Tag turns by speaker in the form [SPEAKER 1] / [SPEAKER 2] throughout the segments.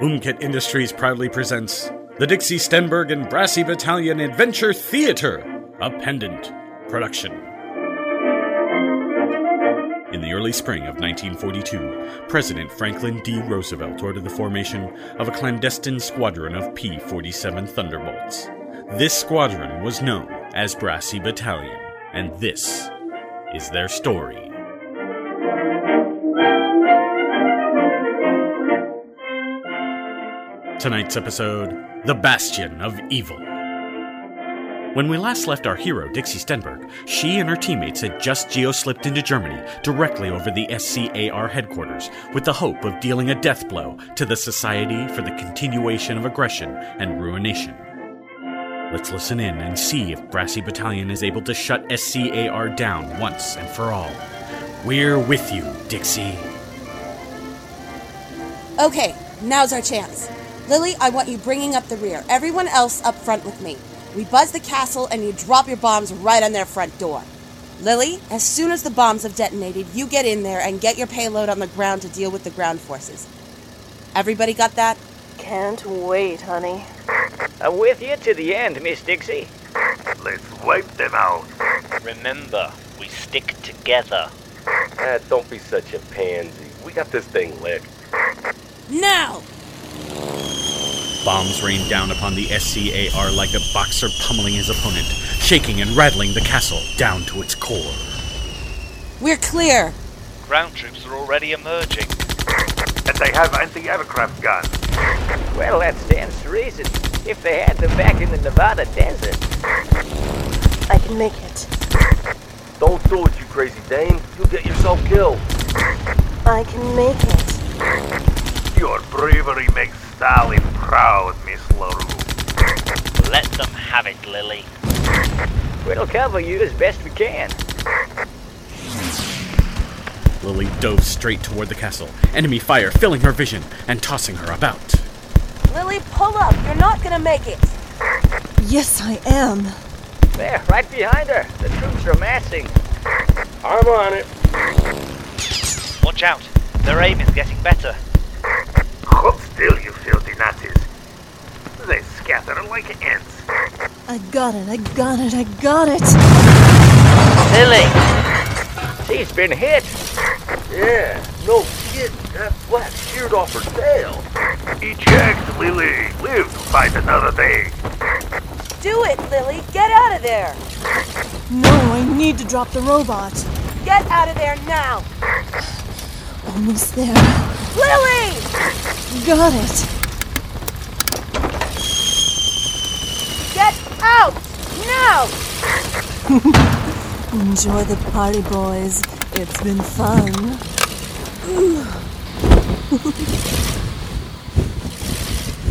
[SPEAKER 1] Boomkit Industries proudly presents the Dixie Stenberg and Brassy Battalion Adventure Theater, a pendant production. In the early spring of 1942, President Franklin D. Roosevelt ordered the formation of a clandestine squadron of P 47 Thunderbolts. This squadron was known as Brassy Battalion, and this is their story. Tonight's episode The Bastion of Evil. When we last left our hero, Dixie Stenberg, she and her teammates had just geo slipped into Germany, directly over the SCAR headquarters, with the hope of dealing a death blow to the Society for the Continuation of Aggression and Ruination. Let's listen in and see if Brassy Battalion is able to shut SCAR down once and for all. We're with you, Dixie.
[SPEAKER 2] Okay, now's our chance. Lily, I want you bringing up the rear. Everyone else up front with me. We buzz the castle and you drop your bombs right on their front door. Lily, as soon as the bombs have detonated, you get in there and get your payload on the ground to deal with the ground forces. Everybody got that?
[SPEAKER 3] Can't wait, honey.
[SPEAKER 4] I'm with you to the end, Miss Dixie.
[SPEAKER 5] Let's wipe them out.
[SPEAKER 6] Remember, we stick together.
[SPEAKER 7] Ah, don't be such a pansy. We got this thing licked.
[SPEAKER 2] Now!
[SPEAKER 1] Bombs rained down upon the SCAR like a boxer pummeling his opponent, shaking and rattling the castle down to its core.
[SPEAKER 2] We're clear!
[SPEAKER 6] Ground troops are already emerging.
[SPEAKER 5] And they have anti-aircraft guns.
[SPEAKER 4] Well, that stands to reason. If they had them back in the Nevada desert.
[SPEAKER 3] I can make it.
[SPEAKER 7] Don't do it, you crazy dame. You'll get yourself killed.
[SPEAKER 3] I can make it.
[SPEAKER 5] Your bravery makes Stalin proud, Miss LaRue.
[SPEAKER 6] Let them have it, Lily.
[SPEAKER 4] We'll cover you as best we can.
[SPEAKER 1] Lily dove straight toward the castle, enemy fire filling her vision and tossing her about.
[SPEAKER 2] Lily, pull up! You're not gonna make it!
[SPEAKER 3] Yes, I am.
[SPEAKER 4] There, right behind her. The troops are massing.
[SPEAKER 7] I'm on it.
[SPEAKER 6] Watch out. Their aim is getting better.
[SPEAKER 5] Hold still, you filthy Nazis. They scatter like ants.
[SPEAKER 3] I got it, I got it, I got it.
[SPEAKER 4] Lily! She's been hit.
[SPEAKER 7] Yeah, no kid. That flat sheared off her tail.
[SPEAKER 5] Eject Lily. Live to fight another day.
[SPEAKER 2] Do it, Lily! Get out of there!
[SPEAKER 3] No, I need to drop the robot.
[SPEAKER 2] Get out of there now!
[SPEAKER 3] Almost there.
[SPEAKER 2] Lily!
[SPEAKER 3] Got it.
[SPEAKER 2] Get out! Now!
[SPEAKER 3] Enjoy the party, boys. It's been fun.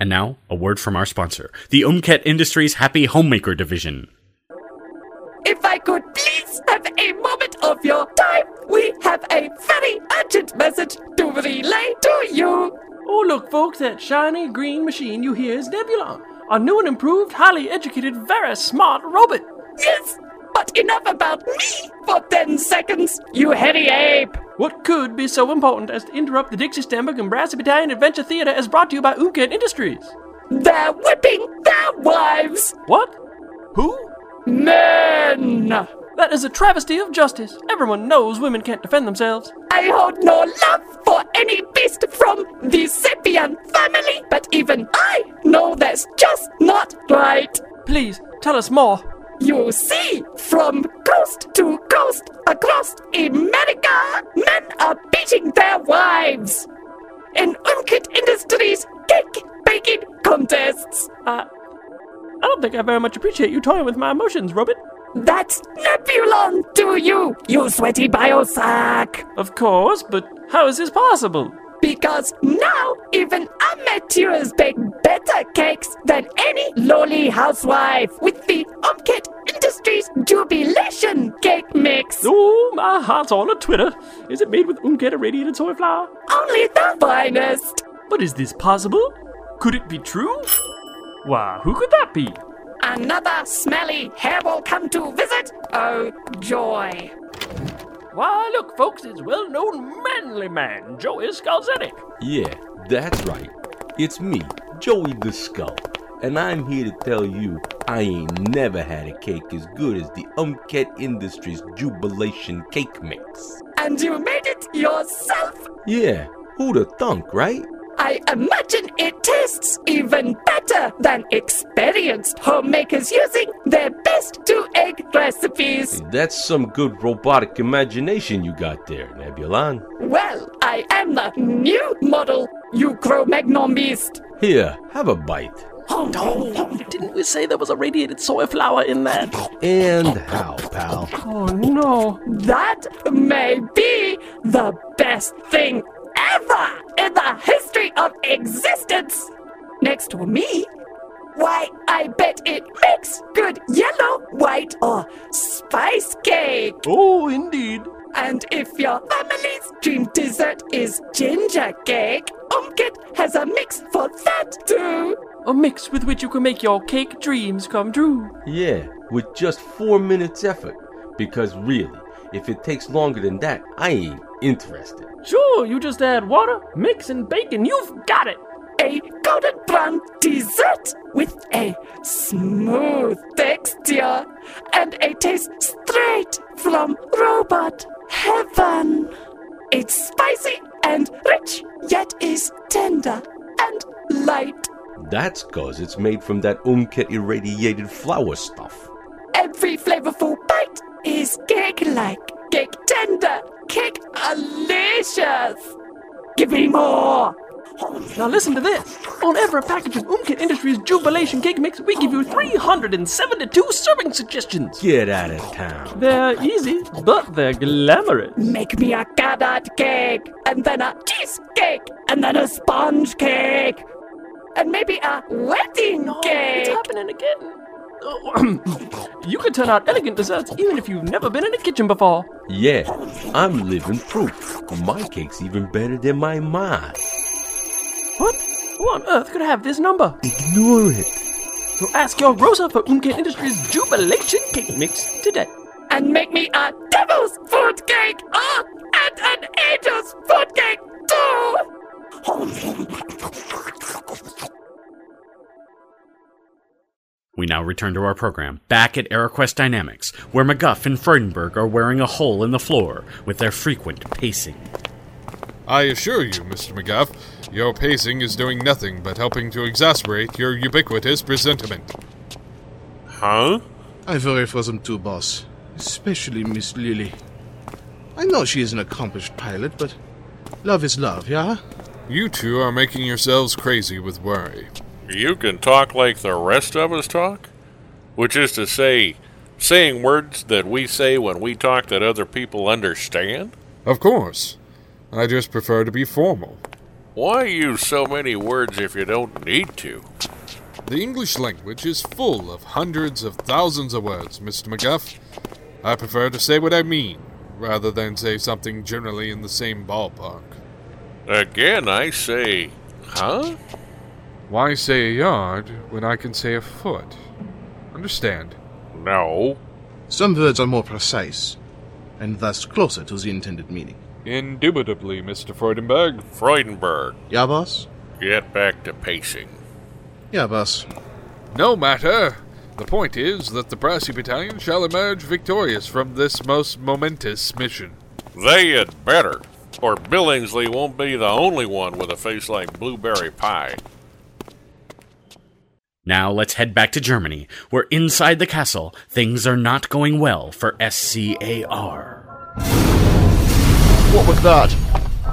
[SPEAKER 1] And now, a word from our sponsor, the Umket Industries Happy Homemaker Division.
[SPEAKER 8] If I could please have a moment of your time, we have a very urgent message to relay to you.
[SPEAKER 9] Oh, look, folks, that shiny green machine you hear is Nebulon, our new and improved, highly educated, very smart robot.
[SPEAKER 8] Yes, but enough about me for 10 seconds, you heady ape.
[SPEAKER 9] What could be so important as to interrupt the Dixie Stamberg and Brassy Battalion Adventure Theater as brought to you by Umket Industries?
[SPEAKER 8] They're whipping their wives.
[SPEAKER 9] What? Who?
[SPEAKER 8] Men!
[SPEAKER 9] That is a travesty of justice. Everyone knows women can't defend themselves.
[SPEAKER 8] I hold no love for any beast from the Sepian family, but even I know that's just not right.
[SPEAKER 9] Please, tell us more.
[SPEAKER 8] You see, from coast to coast across America, men are beating their wives in Umkit Industries cake baking contests.
[SPEAKER 9] Uh, I don't think I very much appreciate you toying with my emotions, Robert.
[SPEAKER 8] That's Nebulon to you, you sweaty biosack.
[SPEAKER 9] Of course, but how is this possible?
[SPEAKER 8] Because now even amateurs bake better cakes than any lowly housewife with the Umkit Industries Jubilation Cake Mix.
[SPEAKER 9] Oh, my heart's on a twitter. Is it made with Umketa radiated soy flour?
[SPEAKER 8] Only the finest.
[SPEAKER 9] But is this possible? Could it be true? Why, who could that be?
[SPEAKER 8] Another smelly hair will come to visit? Oh, joy.
[SPEAKER 9] Why, look, folks, it's well known manly man, Joey Skalzenik.
[SPEAKER 7] Yeah, that's right. It's me, Joey the Skull, and I'm here to tell you I ain't never had a cake as good as the Umket Industries Jubilation Cake Mix.
[SPEAKER 8] And you made it yourself?
[SPEAKER 7] Yeah, who'd have thunk, right?
[SPEAKER 8] I imagine it tastes even better than experienced homemakers using their best two egg recipes.
[SPEAKER 7] That's some good robotic imagination you got there, Nebulon.
[SPEAKER 8] Well, I am the new model, you Cro-Magnon beast.
[SPEAKER 7] Here, have a bite.
[SPEAKER 8] Oh, no.
[SPEAKER 9] Didn't we say there was a radiated soy flour in that?
[SPEAKER 7] And how, pal?
[SPEAKER 9] Oh, no.
[SPEAKER 8] That may be the best thing ever in the history of existence. Next to me, why, I bet it makes good yellow, white, or spice cake.
[SPEAKER 9] Oh, indeed.
[SPEAKER 8] And if your family's dream dessert is ginger cake, Umkit has a mix for that too.
[SPEAKER 9] A mix with which you can make your cake dreams come true.
[SPEAKER 7] Yeah, with just four minutes effort. Because really, if it takes longer than that, I ain't interested.
[SPEAKER 9] Sure, you just add water, mix, and bacon. You've got it.
[SPEAKER 8] A golden brown dessert with a smooth texture and a taste straight from robot heaven. It's spicy and rich, yet is tender and light.
[SPEAKER 7] That's 'cause it's made from that Umket irradiated flour stuff.
[SPEAKER 8] Every flavorful bite is cake like, cake tender, cake delicious. Give me more.
[SPEAKER 9] Now listen to this. On every package of Umkit Industries Jubilation Cake Mix, we give you 372 serving suggestions.
[SPEAKER 7] Get out of town.
[SPEAKER 9] They're easy, but they're glamorous.
[SPEAKER 8] Make me a carrot cake, and then a cheesecake, and then a sponge cake, and maybe a wedding
[SPEAKER 9] It's
[SPEAKER 8] cake.
[SPEAKER 9] happening again. Oh, you can turn out elegant desserts even if you've never been in a kitchen before.
[SPEAKER 7] Yeah, I'm living proof. My cake's even better than my mom.
[SPEAKER 9] What? Who on earth could have this number?
[SPEAKER 7] Ignore it.
[SPEAKER 9] So ask your Rosa for Umkit Industries Jubilation Cake Mix today.
[SPEAKER 8] and make me a devil's food cake, oh, and an angel's food cake too.
[SPEAKER 1] We now return to our program, back at AeroQuest Dynamics, where McGuff and Freudenberg are wearing a hole in the floor with their frequent pacing.
[SPEAKER 10] I assure you, Mr. McGuff, your pacing is doing nothing but helping to exacerbate your ubiquitous presentiment.
[SPEAKER 11] Huh?
[SPEAKER 4] I worry for them too, boss. Especially Miss Lily. I know she is an accomplished pilot, but love is love, yeah?
[SPEAKER 10] You two are making yourselves crazy with worry.
[SPEAKER 11] You can talk like the rest of us talk? Which is to say, saying words that we say when we talk that other people understand?
[SPEAKER 10] Of course. I just prefer to be formal.
[SPEAKER 11] Why use so many words if you don't need to?
[SPEAKER 10] The English language is full of hundreds of thousands of words, Mr. McGuff. I prefer to say what I mean, rather than say something generally in the same ballpark.
[SPEAKER 11] Again, I say, huh?
[SPEAKER 10] Why say a yard when I can say a foot? Understand?
[SPEAKER 11] No.
[SPEAKER 4] Some words are more precise, and thus closer to the intended meaning.
[SPEAKER 10] Indubitably, Mr. Freudenberg.
[SPEAKER 11] Freudenberg,
[SPEAKER 4] Yeah, boss?
[SPEAKER 11] get back to pacing.
[SPEAKER 4] Yeah, boss.
[SPEAKER 10] No matter. The point is that the Brassy Battalion shall emerge victorious from this most momentous mission.
[SPEAKER 11] They had better, or Billingsley won't be the only one with a face like blueberry pie.
[SPEAKER 1] Now let's head back to Germany, where inside the castle, things are not going well for SCAR.
[SPEAKER 12] What was that?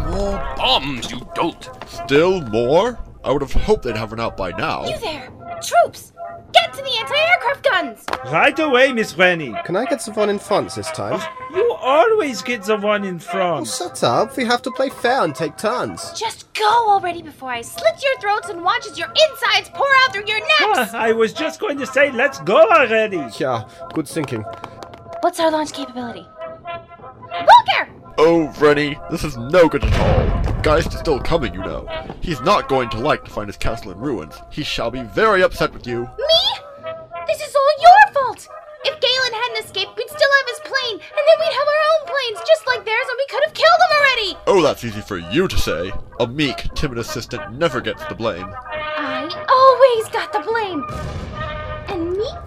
[SPEAKER 13] More bombs, you dolt!
[SPEAKER 12] Still more? I would have hoped they'd have run out by now.
[SPEAKER 14] You there! Troops! Get to the anti aircraft guns!
[SPEAKER 15] Right away, Miss Rennie. Ah,
[SPEAKER 16] Can I get the one in France this time?
[SPEAKER 15] You always get the one in
[SPEAKER 16] Oh,
[SPEAKER 15] France.
[SPEAKER 16] shut up. We have to play fair and take turns.
[SPEAKER 14] Just go already before I slit your throats and watch as your insides pour out through your
[SPEAKER 15] Ah,
[SPEAKER 14] necks!
[SPEAKER 15] I was just going to say, let's go already.
[SPEAKER 16] Yeah, good thinking.
[SPEAKER 14] What's our launch capability? Volker!
[SPEAKER 12] Oh, Rennie, this is no good at all. Geist is still coming, you know. He's not going to like to find his castle in ruins. He shall be very upset with you.
[SPEAKER 14] Me? This is
[SPEAKER 12] Oh, that's easy for you to say. A meek, timid assistant never gets the blame.
[SPEAKER 14] I always got the blame. And meek?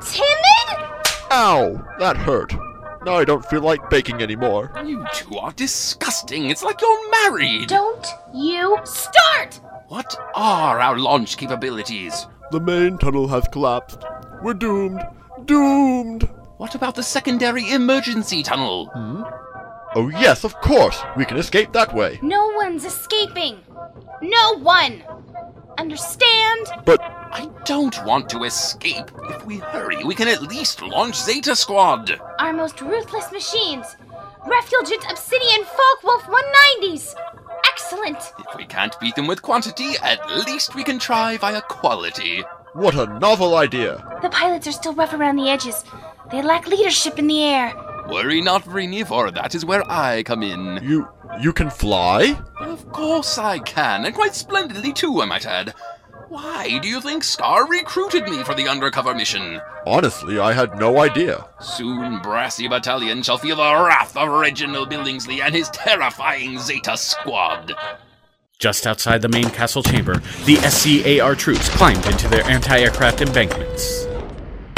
[SPEAKER 14] Timid?
[SPEAKER 12] Ow! That hurt. Now I don't feel like baking anymore.
[SPEAKER 13] You two are disgusting. It's like you're married.
[SPEAKER 14] Don't you start!
[SPEAKER 13] What are Ah, our launch capabilities?
[SPEAKER 12] The main tunnel has collapsed. We're doomed. Doomed!
[SPEAKER 13] What about the secondary emergency tunnel?
[SPEAKER 12] Oh, yes, of course! We can escape that way.
[SPEAKER 14] No one's escaping. No one. Understand?
[SPEAKER 12] But
[SPEAKER 13] I don't want to escape. If we hurry, we can at least launch Zeta Squad.
[SPEAKER 14] Our most ruthless machines. Refulgent Obsidian Folkwolf 190s. Excellent.
[SPEAKER 13] If we can't beat them with quantity, at least we can try via quality.
[SPEAKER 12] What a novel idea!
[SPEAKER 14] The pilots are still rough around the edges. They lack leadership in the air.
[SPEAKER 13] Worry not, Vrini, for that is where I come in.
[SPEAKER 12] You you can fly?
[SPEAKER 13] Of course I can, and quite splendidly too, I might add. Why do you think Scar recruited me for the undercover mission?
[SPEAKER 12] Honestly, I had no idea.
[SPEAKER 13] Soon Brassy Battalion shall feel the wrath of Reginald Billingsley and his terrifying Zeta Squad.
[SPEAKER 1] Just outside the main castle chamber, the SCAR troops climbed into their anti aircraft embankments.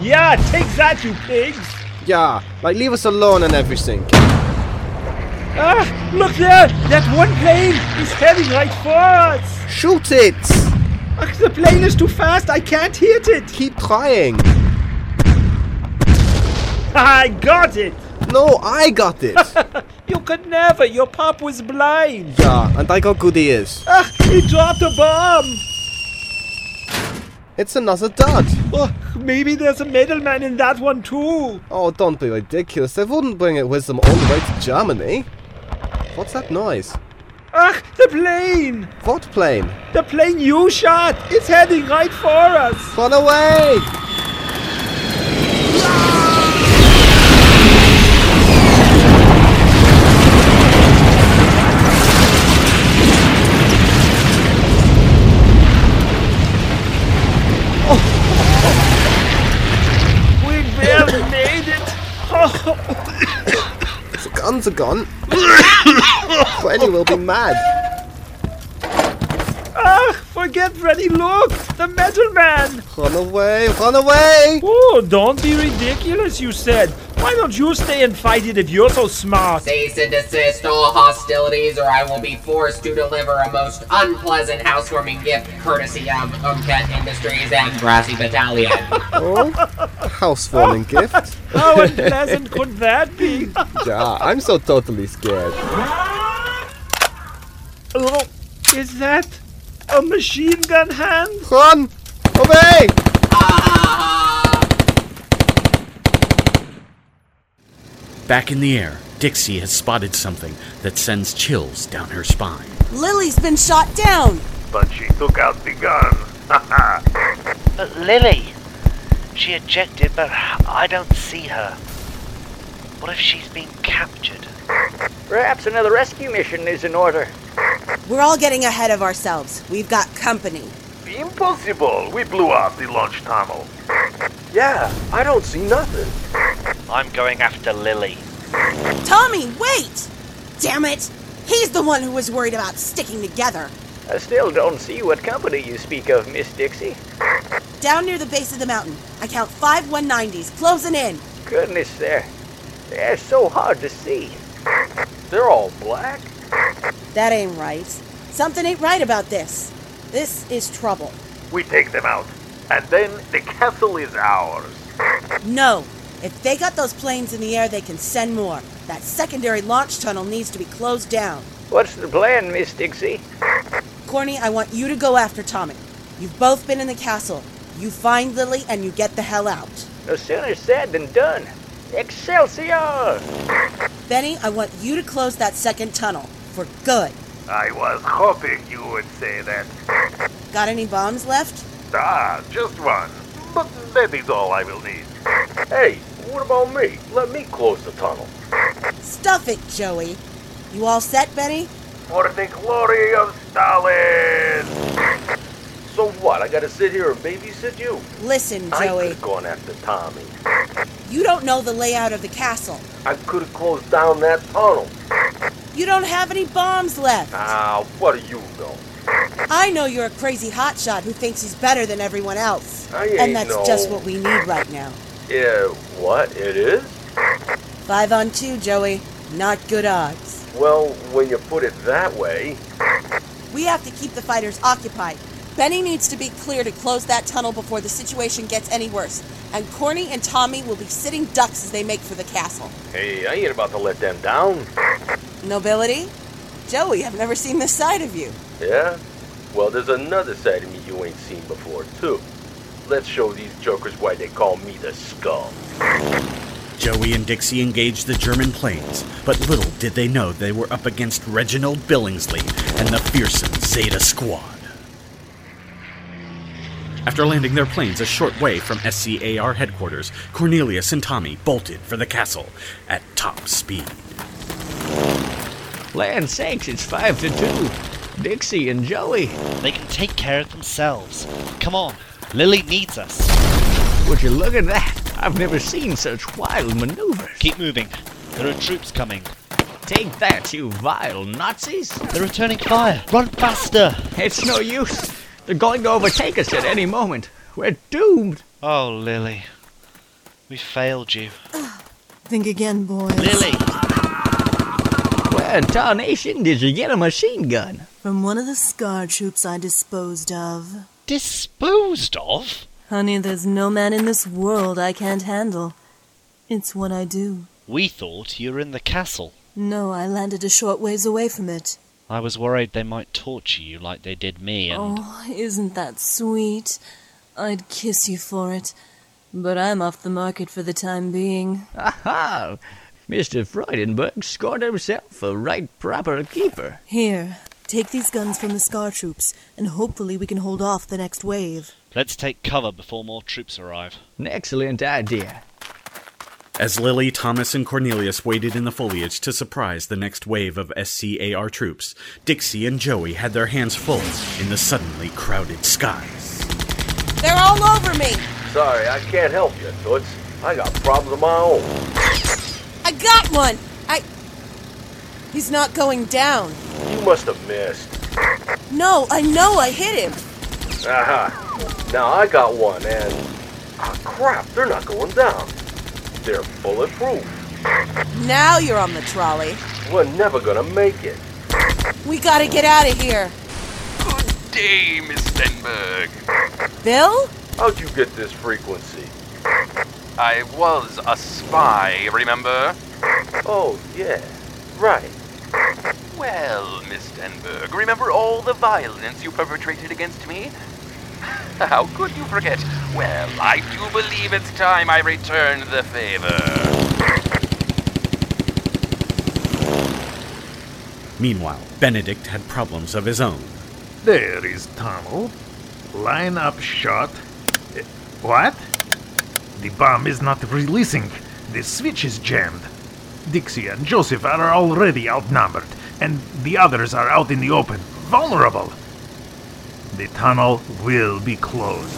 [SPEAKER 15] yeah, take that, you pigs!
[SPEAKER 16] Yeah, like leave us alone and everything.
[SPEAKER 15] Ah, look there! That one plane is heading right for us!
[SPEAKER 16] Shoot it!
[SPEAKER 15] Ah, the plane is too fast, I can't hit it!
[SPEAKER 16] Keep trying.
[SPEAKER 15] I got it!
[SPEAKER 16] No, I got it.
[SPEAKER 15] You could never, your pop was blind!
[SPEAKER 16] yeah, and I got good ears.
[SPEAKER 15] Ah, he dropped a bomb!
[SPEAKER 16] It's another dud.
[SPEAKER 15] Oh, maybe there's a middleman in that one too!
[SPEAKER 16] Oh, don't be ridiculous. They wouldn't bring it with them all the way to Germany. What's that noise?
[SPEAKER 15] Ah, the plane!
[SPEAKER 16] What plane?
[SPEAKER 15] The plane you shot! It's heading right for us!
[SPEAKER 16] Run away!
[SPEAKER 15] We barely made it! Oh,
[SPEAKER 16] The guns are gone. Freddy will be mad.
[SPEAKER 15] ah, forget Freddy, look! The metal man!
[SPEAKER 16] Run away! Run away!
[SPEAKER 15] Oh, don't be ridiculous, you said. Why don't you stay and fight it if you're so smart?
[SPEAKER 17] Cease and desist all hostilities, or I will be forced to deliver a most unpleasant housewarming gift courtesy of Umcat Industries and Brassy Battalion.
[SPEAKER 16] Oh, housewarming gift.
[SPEAKER 15] How unpleasant could that be?
[SPEAKER 16] Yeah, I'm so totally scared.
[SPEAKER 15] Oh, is that a machine gun hand?
[SPEAKER 16] Run away!
[SPEAKER 15] Ah,
[SPEAKER 1] Back in the air, Dixie has spotted something that sends chills down her spine.
[SPEAKER 2] Lily's been shot down.
[SPEAKER 5] But she took out the gun.
[SPEAKER 6] But Lily! She ejected, but I don't see her. What if she's been captured?
[SPEAKER 4] Perhaps another rescue mission is in order.
[SPEAKER 2] We're all getting ahead of ourselves. We've got company.
[SPEAKER 5] Impossible! We blew off the launch tunnel.
[SPEAKER 7] Yeah, I don't see nothing.
[SPEAKER 6] I'm going after Lily.
[SPEAKER 2] Tommy, wait! Damn it! He's the one who was worried about sticking together.
[SPEAKER 4] I still don't see what company you speak of, Miss Dixie.
[SPEAKER 2] Down near the base of the mountain, I count five 190s closing in.
[SPEAKER 4] Goodness, they're, they're so hard to see.
[SPEAKER 7] They're all black.
[SPEAKER 2] That ain't right. Something ain't right about this. This is trouble.
[SPEAKER 5] We take them out. And then the castle is ours.
[SPEAKER 2] No. If they got those planes in the air, they can send more. That secondary launch tunnel needs to be closed down.
[SPEAKER 4] What's the plan, Miss Dixie?
[SPEAKER 2] Corny, I want you to go after Tommy. You've both been in the castle. You find Lily and you get the hell out.
[SPEAKER 4] No sooner said than done. Excelsior!
[SPEAKER 2] Benny, I want you to close that second tunnel. For good.
[SPEAKER 5] I was hoping you would say that.
[SPEAKER 2] Got any bombs left?
[SPEAKER 5] Ah, just one. But that is all I will need.
[SPEAKER 7] Hey, what about me? Let me close the tunnel.
[SPEAKER 2] Stuff it, Joey. You all set, Benny?
[SPEAKER 5] For the glory of Stalin!
[SPEAKER 7] So what? I gotta sit here and babysit you?
[SPEAKER 2] Listen,
[SPEAKER 7] I
[SPEAKER 2] Joey.
[SPEAKER 7] could've gone after Tommy.
[SPEAKER 2] You don't know the layout of the castle.
[SPEAKER 7] I could have closed down that tunnel.
[SPEAKER 2] You don't have any bombs left.
[SPEAKER 7] Ah, what do you know?
[SPEAKER 2] I know you're a crazy hotshot who thinks he's better than everyone else.
[SPEAKER 7] I ain't
[SPEAKER 2] and that's
[SPEAKER 7] no-
[SPEAKER 2] just what we need right now.
[SPEAKER 7] Yeah, what? It is?
[SPEAKER 2] Five on two, Joey. Not good odds.
[SPEAKER 7] Well, when you put it that way.
[SPEAKER 2] We have to keep the fighters occupied. Benny needs to be clear to close that tunnel before the situation gets any worse. And Corny and Tommy will be sitting ducks as they make for the castle.
[SPEAKER 7] Hey, I ain't about to let them down.
[SPEAKER 2] Nobility? Joey, I've never seen this side of you.
[SPEAKER 7] Yeah? Well, there's another side of me you ain't seen before, too. Let's show these jokers why they call me the skull.
[SPEAKER 1] Joey and Dixie engaged the German planes, but little did they know they were up against Reginald Billingsley and the fearsome Zeta Squad. After landing their planes a short way from SCAR headquarters, Cornelius and Tommy bolted for the castle at top speed.
[SPEAKER 18] Land sakes, it's five to two. Dixie and Joey. They can take care of themselves. Come on, Lily needs us. Would you look at that? I've never seen such wild maneuvers. Keep moving. There are troops coming. Take that, you vile Nazis! They're returning fire. Run faster! It's no use. They're going to overtake us at any moment. We're doomed. Oh, Lily. We failed you.
[SPEAKER 3] Think again, boys.
[SPEAKER 18] Lily! Where in tarnation did you get a machine gun?
[SPEAKER 3] From one of the scar troops I disposed of.
[SPEAKER 18] Disposed of?
[SPEAKER 3] Honey, there's no man in this world I can't handle. It's what I do.
[SPEAKER 18] We thought you were in the castle.
[SPEAKER 3] No, I landed a short ways away from it.
[SPEAKER 19] I was worried they might torture you like they did me, and
[SPEAKER 3] Oh, isn't that sweet? I'd kiss you for it. But I'm off the market for the time being.
[SPEAKER 18] Aha! Mr. Freudenberg scored himself a right proper keeper.
[SPEAKER 3] Here, take these guns from the scar troops, and hopefully we can hold off the next wave.
[SPEAKER 19] let's take cover before more troops arrive.
[SPEAKER 18] Excellent idea.
[SPEAKER 1] As Lily, Thomas, and Cornelius waited in the foliage to surprise the next wave of SCAR troops, Dixie and Joey had their hands full in the suddenly crowded skies.
[SPEAKER 2] They're all over me.
[SPEAKER 7] Sorry, I can't help you, Toots. I got problems of my own.
[SPEAKER 2] I got one. I. He's not going down.
[SPEAKER 7] You must have missed.
[SPEAKER 2] No, I know I hit him.
[SPEAKER 7] Aha. Now I got one, and. Ah, crap, they're not going down. They're bulletproof.
[SPEAKER 2] Now you're on the trolley.
[SPEAKER 7] We're never gonna make it.
[SPEAKER 2] We gotta get out of here.
[SPEAKER 7] Day, Miss Stenberg.
[SPEAKER 2] Bill?
[SPEAKER 7] How'd you get this frequency?
[SPEAKER 20] I was a spy, remember?
[SPEAKER 7] Oh, yeah. Right.
[SPEAKER 20] Well, Miss Denberg, remember all the violence you perpetrated against me? How could you forget? Well, I do believe it's time I returned the favor.
[SPEAKER 1] Meanwhile, Benedict had problems of his own.
[SPEAKER 21] There is tunnel. Line up shot. Eh, What? The bomb is not releasing. The switch is jammed. Dixie and Joseph are already outnumbered, and the others are out in the open, vulnerable. The tunnel will be closed.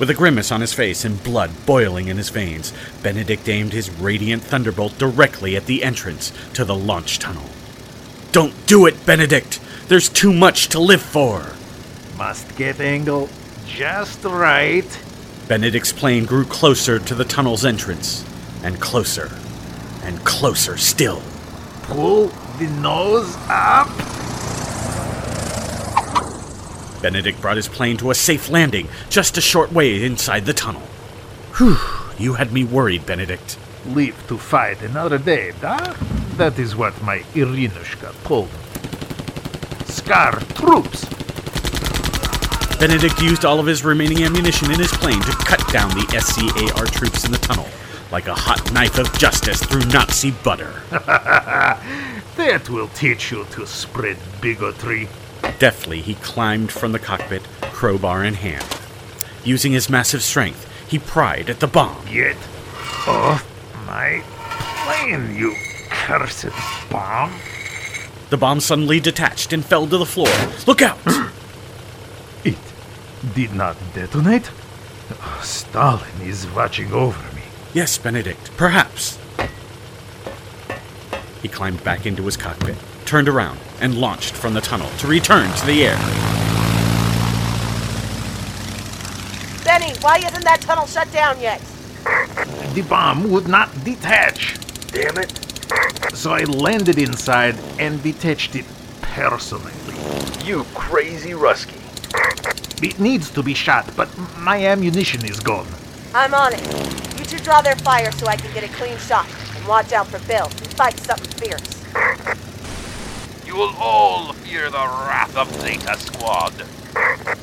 [SPEAKER 1] With a grimace on his face and blood boiling in his veins, Benedict aimed his radiant thunderbolt directly at the entrance to the launch tunnel. Don't do it, Benedict! There's too much to live for!
[SPEAKER 21] Must get angle just right.
[SPEAKER 1] Benedict's plane grew closer to the tunnel's entrance, and closer, and closer still.
[SPEAKER 21] Pull the nose up.
[SPEAKER 1] Benedict brought his plane to a safe landing just a short way inside the tunnel. Whew, you had me worried, Benedict.
[SPEAKER 21] Live to fight another day, da? That is what my Irinushka told me. Scar troops!
[SPEAKER 1] Benedict used all of his remaining ammunition in his plane to cut down the SCAR troops in the tunnel, like a hot knife of justice through Nazi butter.
[SPEAKER 21] that will teach you to spread bigotry.
[SPEAKER 1] Deftly, he climbed from the cockpit, crowbar in hand. Using his massive strength, he pried at the bomb.
[SPEAKER 21] Get off my plane, you cursed bomb!
[SPEAKER 1] The bomb suddenly detached and fell to the floor. Look out!
[SPEAKER 21] Hmm. Did not detonate? Stalin is watching over me.
[SPEAKER 1] Yes, Benedict, perhaps. He climbed back into his cockpit, turned around, and launched from the tunnel to return to the air.
[SPEAKER 2] Benny, why isn't that tunnel shut down yet?
[SPEAKER 21] The bomb would not detach.
[SPEAKER 5] Damn it.
[SPEAKER 21] So I landed inside and detached it personally.
[SPEAKER 7] You crazy Rusky.
[SPEAKER 21] It needs to be shot, but my ammunition is gone.
[SPEAKER 2] I'm on it. You two draw their fire so I can get a clean shot. And watch out for Bill. He fights something fierce.
[SPEAKER 20] You will all fear the wrath of Zeta Squad.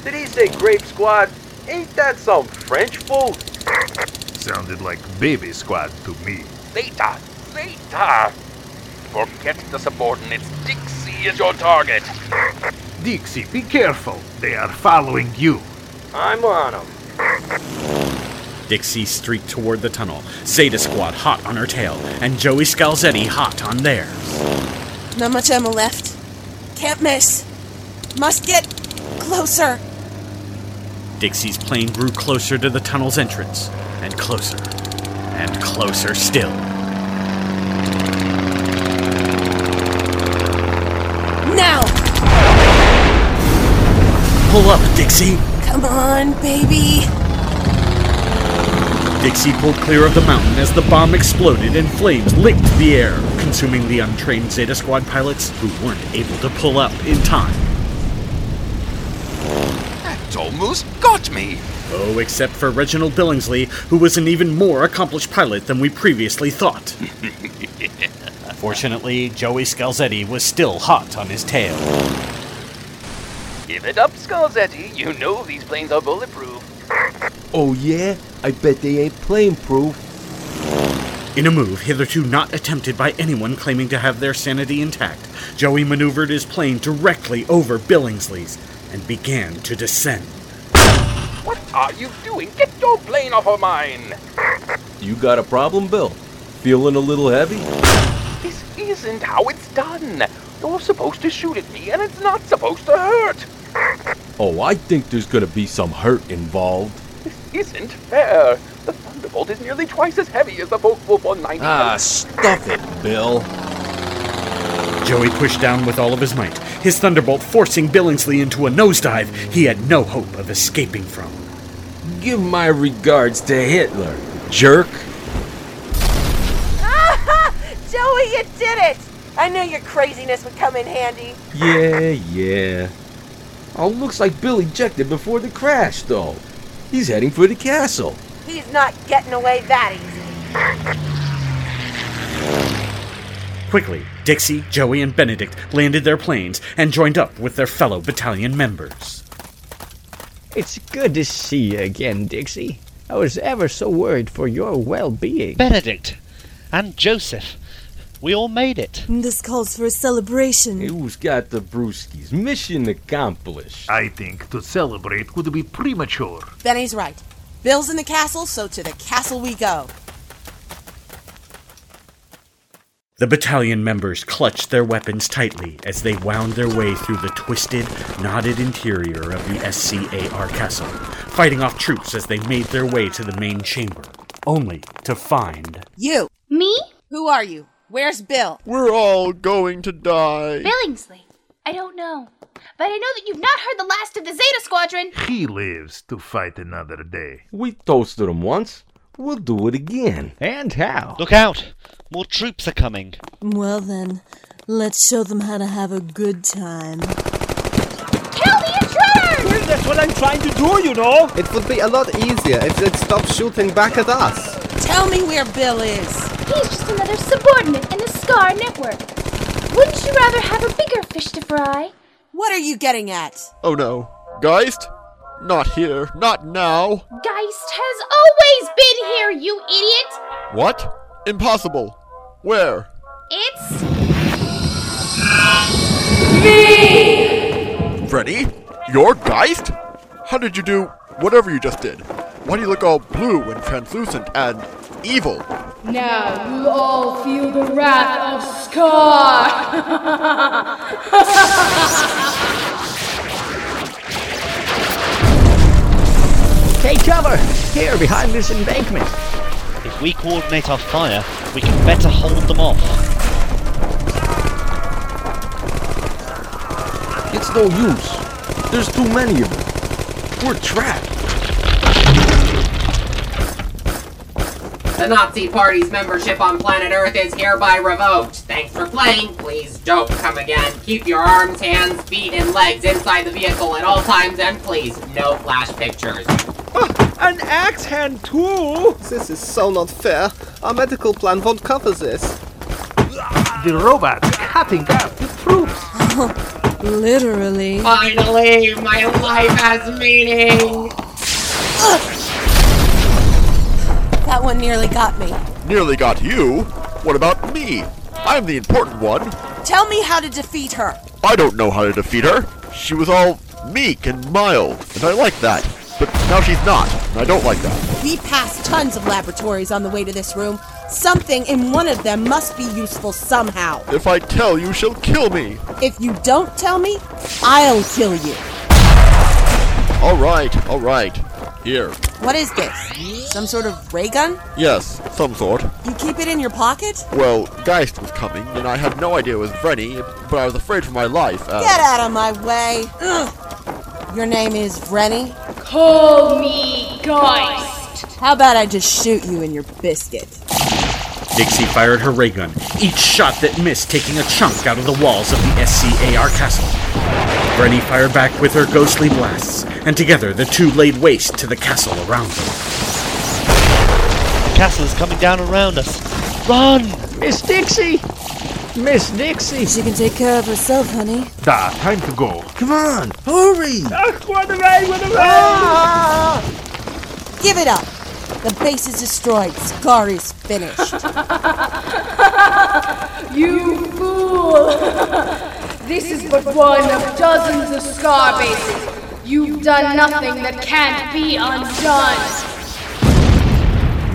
[SPEAKER 7] Did he say grape squad? Ain't that some French food?
[SPEAKER 21] Sounded like baby squad to me.
[SPEAKER 20] Zeta! Zeta! Forget the subordinates. Dixie is your target.
[SPEAKER 21] Dixie, be careful. They are following you.
[SPEAKER 7] I'm on him.
[SPEAKER 1] Dixie streaked toward the tunnel, Zeta Squad hot on her tail, and Joey Scalzetti hot on theirs.
[SPEAKER 2] Not much ammo left. Can't miss. Must get closer.
[SPEAKER 1] Dixie's plane grew closer to the tunnel's entrance, and closer, and closer still.
[SPEAKER 2] Now!
[SPEAKER 1] Pull up, Dixie!
[SPEAKER 2] Come on, baby!
[SPEAKER 1] Dixie pulled clear of the mountain as the bomb exploded and flames licked the air, consuming the untrained Zeta Squad pilots who weren't able to pull up in time.
[SPEAKER 13] That almost got me.
[SPEAKER 1] Oh, except for Reginald Billingsley, who was an even more accomplished pilot than we previously thought. Fortunately, Joey Scalzetti was still hot on his tail.
[SPEAKER 20] Give it up, Scarzetti. You know these planes are bulletproof.
[SPEAKER 1] Oh, yeah? I bet they ain't plane proof. In a move hitherto not attempted by anyone claiming to have their sanity intact, Joey maneuvered his plane directly over Billingsley's and began to descend.
[SPEAKER 20] What are you doing? Get your plane off of mine!
[SPEAKER 7] You got a problem, Bill? Feeling a little heavy?
[SPEAKER 20] This isn't how it's done. You're supposed to shoot at me, and it's not supposed to hurt.
[SPEAKER 7] Oh, I think there's gonna be some hurt involved.
[SPEAKER 20] Isn't fair. The Thunderbolt is nearly twice as heavy as the Volvo 190.
[SPEAKER 7] Ah, stuff it, Bill.
[SPEAKER 1] Joey pushed down with all of his might, his thunderbolt forcing Billingsley into a nosedive he had no hope of escaping from.
[SPEAKER 7] Give my regards to Hitler, jerk.
[SPEAKER 2] Joey, you did it! I knew your craziness would come in handy.
[SPEAKER 7] Yeah, yeah. Oh, looks like Bill ejected before the crash, though. He's heading for the castle.
[SPEAKER 2] He's not getting away that easy.
[SPEAKER 1] Quickly, Dixie, Joey, and Benedict landed their planes and joined up with their fellow battalion members.
[SPEAKER 18] It's good to see you again, Dixie. I was ever so worried for your well being.
[SPEAKER 19] Benedict and Joseph, we all made it.
[SPEAKER 3] This calls for a celebration.
[SPEAKER 7] Who's got the brewskis? Mission accomplished.
[SPEAKER 21] I think to celebrate would be premature.
[SPEAKER 2] Benny's right. Bill's in the castle, so to the castle we go.
[SPEAKER 1] The battalion members clutched their weapons tightly as they wound their way through the twisted, knotted interior of the SCAR castle, fighting off troops as they made their way to the main chamber, only to find.
[SPEAKER 2] You!
[SPEAKER 14] Me?
[SPEAKER 2] Who are you? Where's Bill?
[SPEAKER 12] We're all going to die.
[SPEAKER 14] Billingsley. I don't know. But I know that you've not heard the last of the Zeta Squadron.
[SPEAKER 21] He lives to fight another day.
[SPEAKER 7] We toasted him once. We'll do it again.
[SPEAKER 18] And how?
[SPEAKER 19] Look out! More troops are coming.
[SPEAKER 3] Well then, let's show them how to have a good time.
[SPEAKER 14] Kill the intruder!
[SPEAKER 18] Well, that's what I'm trying to do, you know!
[SPEAKER 16] It would be a lot easier if they'd stop shooting back at us.
[SPEAKER 2] Tell me where Bill is.
[SPEAKER 14] He's just another subordinate in the SCAR network. Wouldn't you rather have a bigger fish to fry?
[SPEAKER 2] What are you getting at?
[SPEAKER 12] Oh no. Geist? Not here. Not now.
[SPEAKER 14] Geist has always been here, you idiot!
[SPEAKER 12] What? Impossible. Where?
[SPEAKER 14] It's.
[SPEAKER 12] Freddy? Your Geist? How did you do whatever you just did? Why do you look all blue and translucent and evil?
[SPEAKER 8] Now you all feel the wrath of Scar!
[SPEAKER 18] Take cover! Here, behind this embankment.
[SPEAKER 19] If we coordinate our fire, we can better hold them off.
[SPEAKER 9] It's no use. There's too many of them. We're trapped.
[SPEAKER 17] The Nazi Party's membership on planet Earth is hereby revoked. Thanks for playing. Please don't come again. Keep your arms, hands, feet, and legs inside the vehicle at all times, and please, no flash pictures.
[SPEAKER 16] An axe hand too! This is so not fair. Our medical plan won't cover this.
[SPEAKER 21] The robots cutting up the
[SPEAKER 3] troops. Literally.
[SPEAKER 17] Finally, my life has meaning.
[SPEAKER 2] That one nearly got me.
[SPEAKER 12] Nearly got you. What about me? I'm the important one.
[SPEAKER 2] Tell me how to defeat her.
[SPEAKER 12] I don't know how to defeat her. She was all meek and mild, and I like that. But now she's not, and I don't like that.
[SPEAKER 2] We passed tons of laboratories on the way to this room. Something in one of them must be useful somehow.
[SPEAKER 12] If I tell you, she'll kill me.
[SPEAKER 2] If you don't tell me, I'll kill you.
[SPEAKER 12] All right, all right. Here.
[SPEAKER 2] What is this? Some sort of ray gun?
[SPEAKER 12] Yes, some sort.
[SPEAKER 2] You keep it in your pocket?
[SPEAKER 12] Well, Geist was coming, and I had no idea it was Rennie, but I was afraid for my life. uh,
[SPEAKER 2] Get out of my way. Ugh. Your name is Rennie?
[SPEAKER 8] Call me Geist.
[SPEAKER 2] How about I just shoot you in your biscuit?
[SPEAKER 1] Dixie fired her ray gun, each shot that missed taking a chunk out of the walls of the SCAR castle. Brenny fired back with her ghostly blasts, and together the two laid waste to the castle around them.
[SPEAKER 19] The castle is coming down around us. Run!
[SPEAKER 18] Miss Dixie! Miss Dixie!
[SPEAKER 3] She can take care of herself, honey.
[SPEAKER 21] Da, time to go.
[SPEAKER 9] Come on, hurry!
[SPEAKER 2] Ach, run away, run away! Give it up. The base is destroyed. Scar is finished.
[SPEAKER 8] You fool! this is but one of dozens of scar bases. You've done nothing that can't be undone.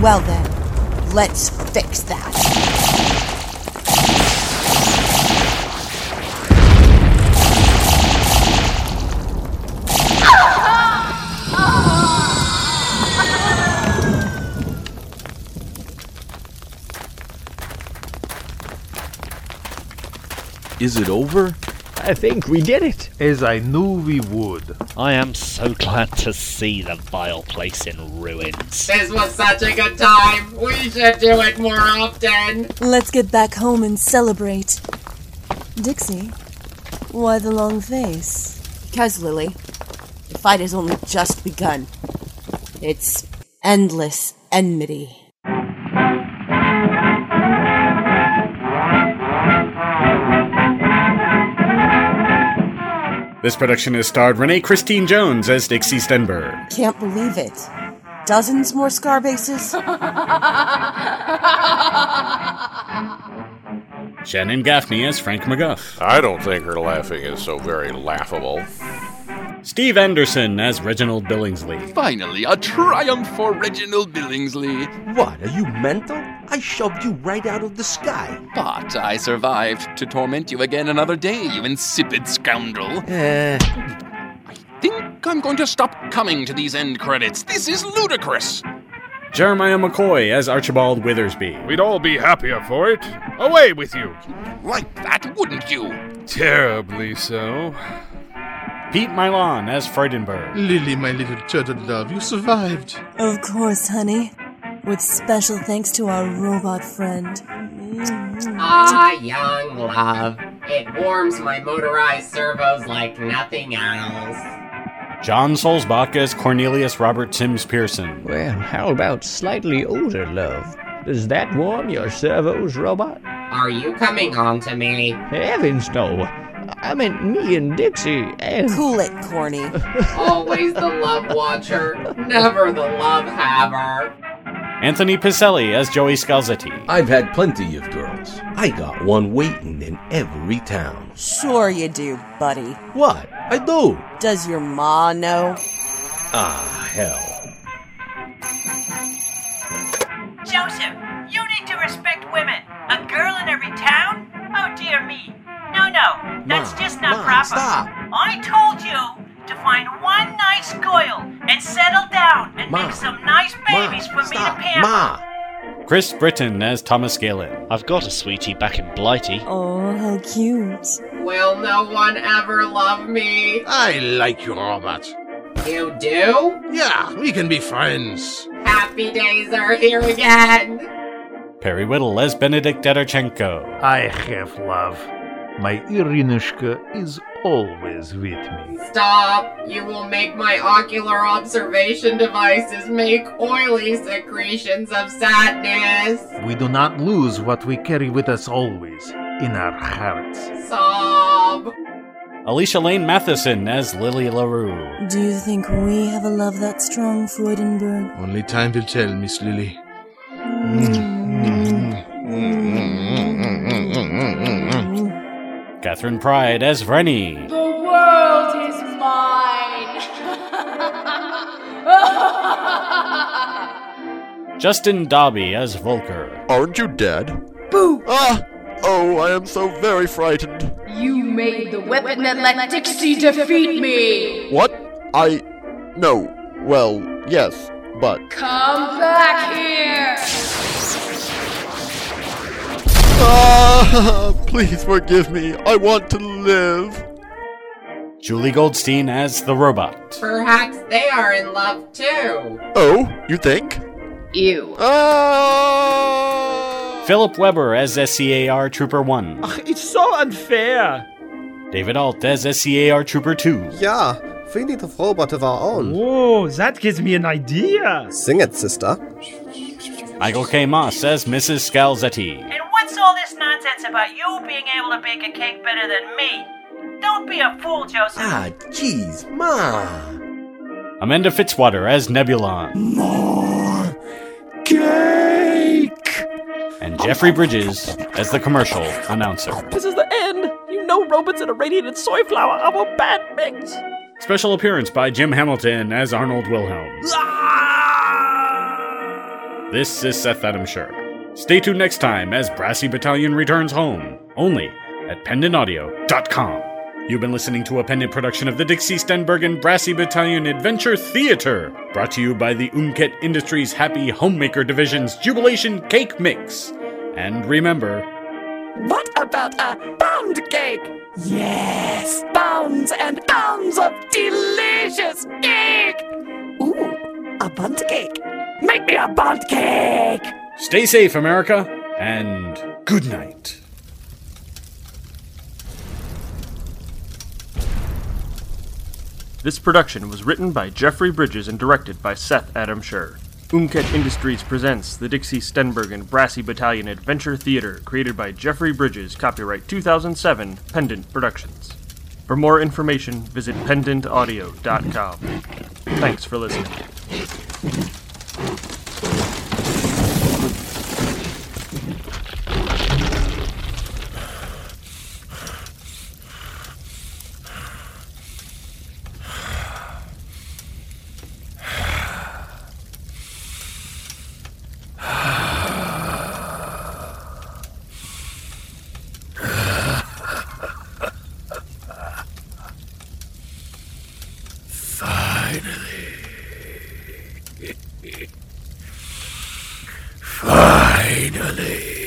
[SPEAKER 2] Well then, let's fix that.
[SPEAKER 9] Is it over?
[SPEAKER 21] I think we did it. As I knew we would.
[SPEAKER 19] I am so glad to see the vile place in ruins.
[SPEAKER 17] This was such a good time. We should do it more often.
[SPEAKER 3] Let's get back home and celebrate. Dixie, why the long face?
[SPEAKER 2] Because, Lily, the fight has only just begun. It's endless enmity.
[SPEAKER 1] This production has starred Renee Christine Jones as Dixie Stenberg.
[SPEAKER 2] Can't believe it. Dozens more scar bases?
[SPEAKER 1] Shannon Gaffney as Frank McGuff.
[SPEAKER 11] I don't think her laughing is so very laughable.
[SPEAKER 1] Steve Anderson as Reginald Billingsley.
[SPEAKER 13] Finally, a triumph for Reginald Billingsley.
[SPEAKER 9] What, are you mental? I shoved you right out of the sky.
[SPEAKER 13] But I survived to torment you again another day, you insipid scoundrel.
[SPEAKER 9] Eh,
[SPEAKER 13] Think I'm going to stop coming to these end credits. This is ludicrous.
[SPEAKER 1] Jeremiah McCoy as Archibald Withersby.
[SPEAKER 10] We'd all be happier for it. Away with you!
[SPEAKER 13] Like that, wouldn't you?
[SPEAKER 10] Terribly so.
[SPEAKER 1] Pete Milan as Freudenberg.
[SPEAKER 22] Lily, my little turtle love, you survived.
[SPEAKER 3] Of course, honey. With special thanks to our robot friend.
[SPEAKER 2] Mm-hmm.
[SPEAKER 17] Ah, young love. It warms my motorized servos like nothing else.
[SPEAKER 1] John Solzbach as Cornelius Robert Sims Pearson.
[SPEAKER 18] Well, how about slightly older love? Does that warm your servos, robot?
[SPEAKER 17] Are you coming on to me?
[SPEAKER 18] Heavens, no. I meant me and Dixie and.
[SPEAKER 2] Cool it, corny.
[SPEAKER 17] Always the love watcher, never the love haver.
[SPEAKER 1] Anthony Piselli as Joey Scalzetti.
[SPEAKER 22] I've had plenty of girls. I got one waiting in every town.
[SPEAKER 2] Sure you do, buddy.
[SPEAKER 22] What? I do.
[SPEAKER 2] Does your ma know?
[SPEAKER 22] Ah, hell.
[SPEAKER 23] Joseph, you need to respect women. A girl in every town? Oh dear me. No, no, that's
[SPEAKER 22] Ma,
[SPEAKER 23] just not
[SPEAKER 22] Ma,
[SPEAKER 23] proper.
[SPEAKER 22] stop.
[SPEAKER 23] I told you to find one nice girl and settle down and
[SPEAKER 22] Ma,
[SPEAKER 23] make some nice
[SPEAKER 22] Ma,
[SPEAKER 23] babies for me
[SPEAKER 22] stop.
[SPEAKER 23] to pamper.
[SPEAKER 22] Ma!
[SPEAKER 1] Chris Britton as Thomas Galen.
[SPEAKER 24] I've got a sweetie back in Blighty.
[SPEAKER 3] Oh, how cute.
[SPEAKER 17] Will no one ever love me?
[SPEAKER 4] I like you, Robert.
[SPEAKER 17] You do?
[SPEAKER 4] Yeah, we can be friends.
[SPEAKER 17] Happy days are here again.
[SPEAKER 1] Perry Whittle as Benedict Daddarchenko.
[SPEAKER 21] I have love. My Irinushka is always with me.
[SPEAKER 17] Stop. You will make my ocular observation devices make oily secretions of sadness.
[SPEAKER 21] We do not lose what we carry with us always in our hearts.
[SPEAKER 17] Sob.
[SPEAKER 1] Alicia Lane Matheson as Lily LaRue.
[SPEAKER 3] Do you think we have a love that strong, Freudenberg?
[SPEAKER 4] Only time will tell, Miss Lily. Mm,
[SPEAKER 1] Catherine Pride as Vrenny.
[SPEAKER 25] The world is mine.
[SPEAKER 1] Justin Dobby as Volker.
[SPEAKER 12] Aren't you dead?
[SPEAKER 25] Boo!
[SPEAKER 12] Ah! Oh, I am so very frightened.
[SPEAKER 25] you made the weapon that let Dixie defeat me.
[SPEAKER 12] What? I. No. Well, yes, but.
[SPEAKER 25] Come back here.
[SPEAKER 12] Ah! Please forgive me. I want to live.
[SPEAKER 1] Julie Goldstein as the robot.
[SPEAKER 17] Perhaps they are in love too.
[SPEAKER 12] Oh, you think?
[SPEAKER 25] Ew.
[SPEAKER 1] Philip Weber as SCAR Trooper 1.
[SPEAKER 16] It's so unfair.
[SPEAKER 1] David Alt as SCAR Trooper 2.
[SPEAKER 16] Yeah, we need a robot of our own. Whoa, Oh, that gives me an idea. Sing it, sister.
[SPEAKER 1] Michael K. Moss as Mrs. Scalzetti.
[SPEAKER 23] And what's all this nonsense about you being able to bake a cake better than me? Don't be a fool, Joseph.
[SPEAKER 1] Ah, jeez, ma. Amanda Fitzwater as Nebulon. More cake! And Jeffrey Bridges as the commercial announcer.
[SPEAKER 9] This is the end. You know robots and irradiated soy flour are our bad things.
[SPEAKER 1] Special appearance by Jim Hamilton as Arnold Wilhelm.
[SPEAKER 9] Ah!
[SPEAKER 1] This is Seth Adam Sure. Stay tuned next time as Brassy Battalion returns home, only at pendantaudio.com. You've been listening to a pendant production of the Dixie Stenberg and Brassy Battalion Adventure Theater, brought to you by the Umket Industries Happy Homemaker Division's Jubilation Cake Mix. And remember,
[SPEAKER 8] What about a pound cake? Yes, pounds and pounds of delicious cake! Ooh, a bunt cake. Make me a bunt cake!
[SPEAKER 1] stay safe, America, and good night.
[SPEAKER 26] This production was written by Jeffrey Bridges and directed by Seth Adam Scher. Umket Industries presents the Dixie Stenberg and Brassy Battalion Adventure Theater, created by Jeffrey Bridges, copyright 2007, Pendant Productions. For more information, visit pendantaudio.com. Thanks for listening.
[SPEAKER 4] Finally. Finally.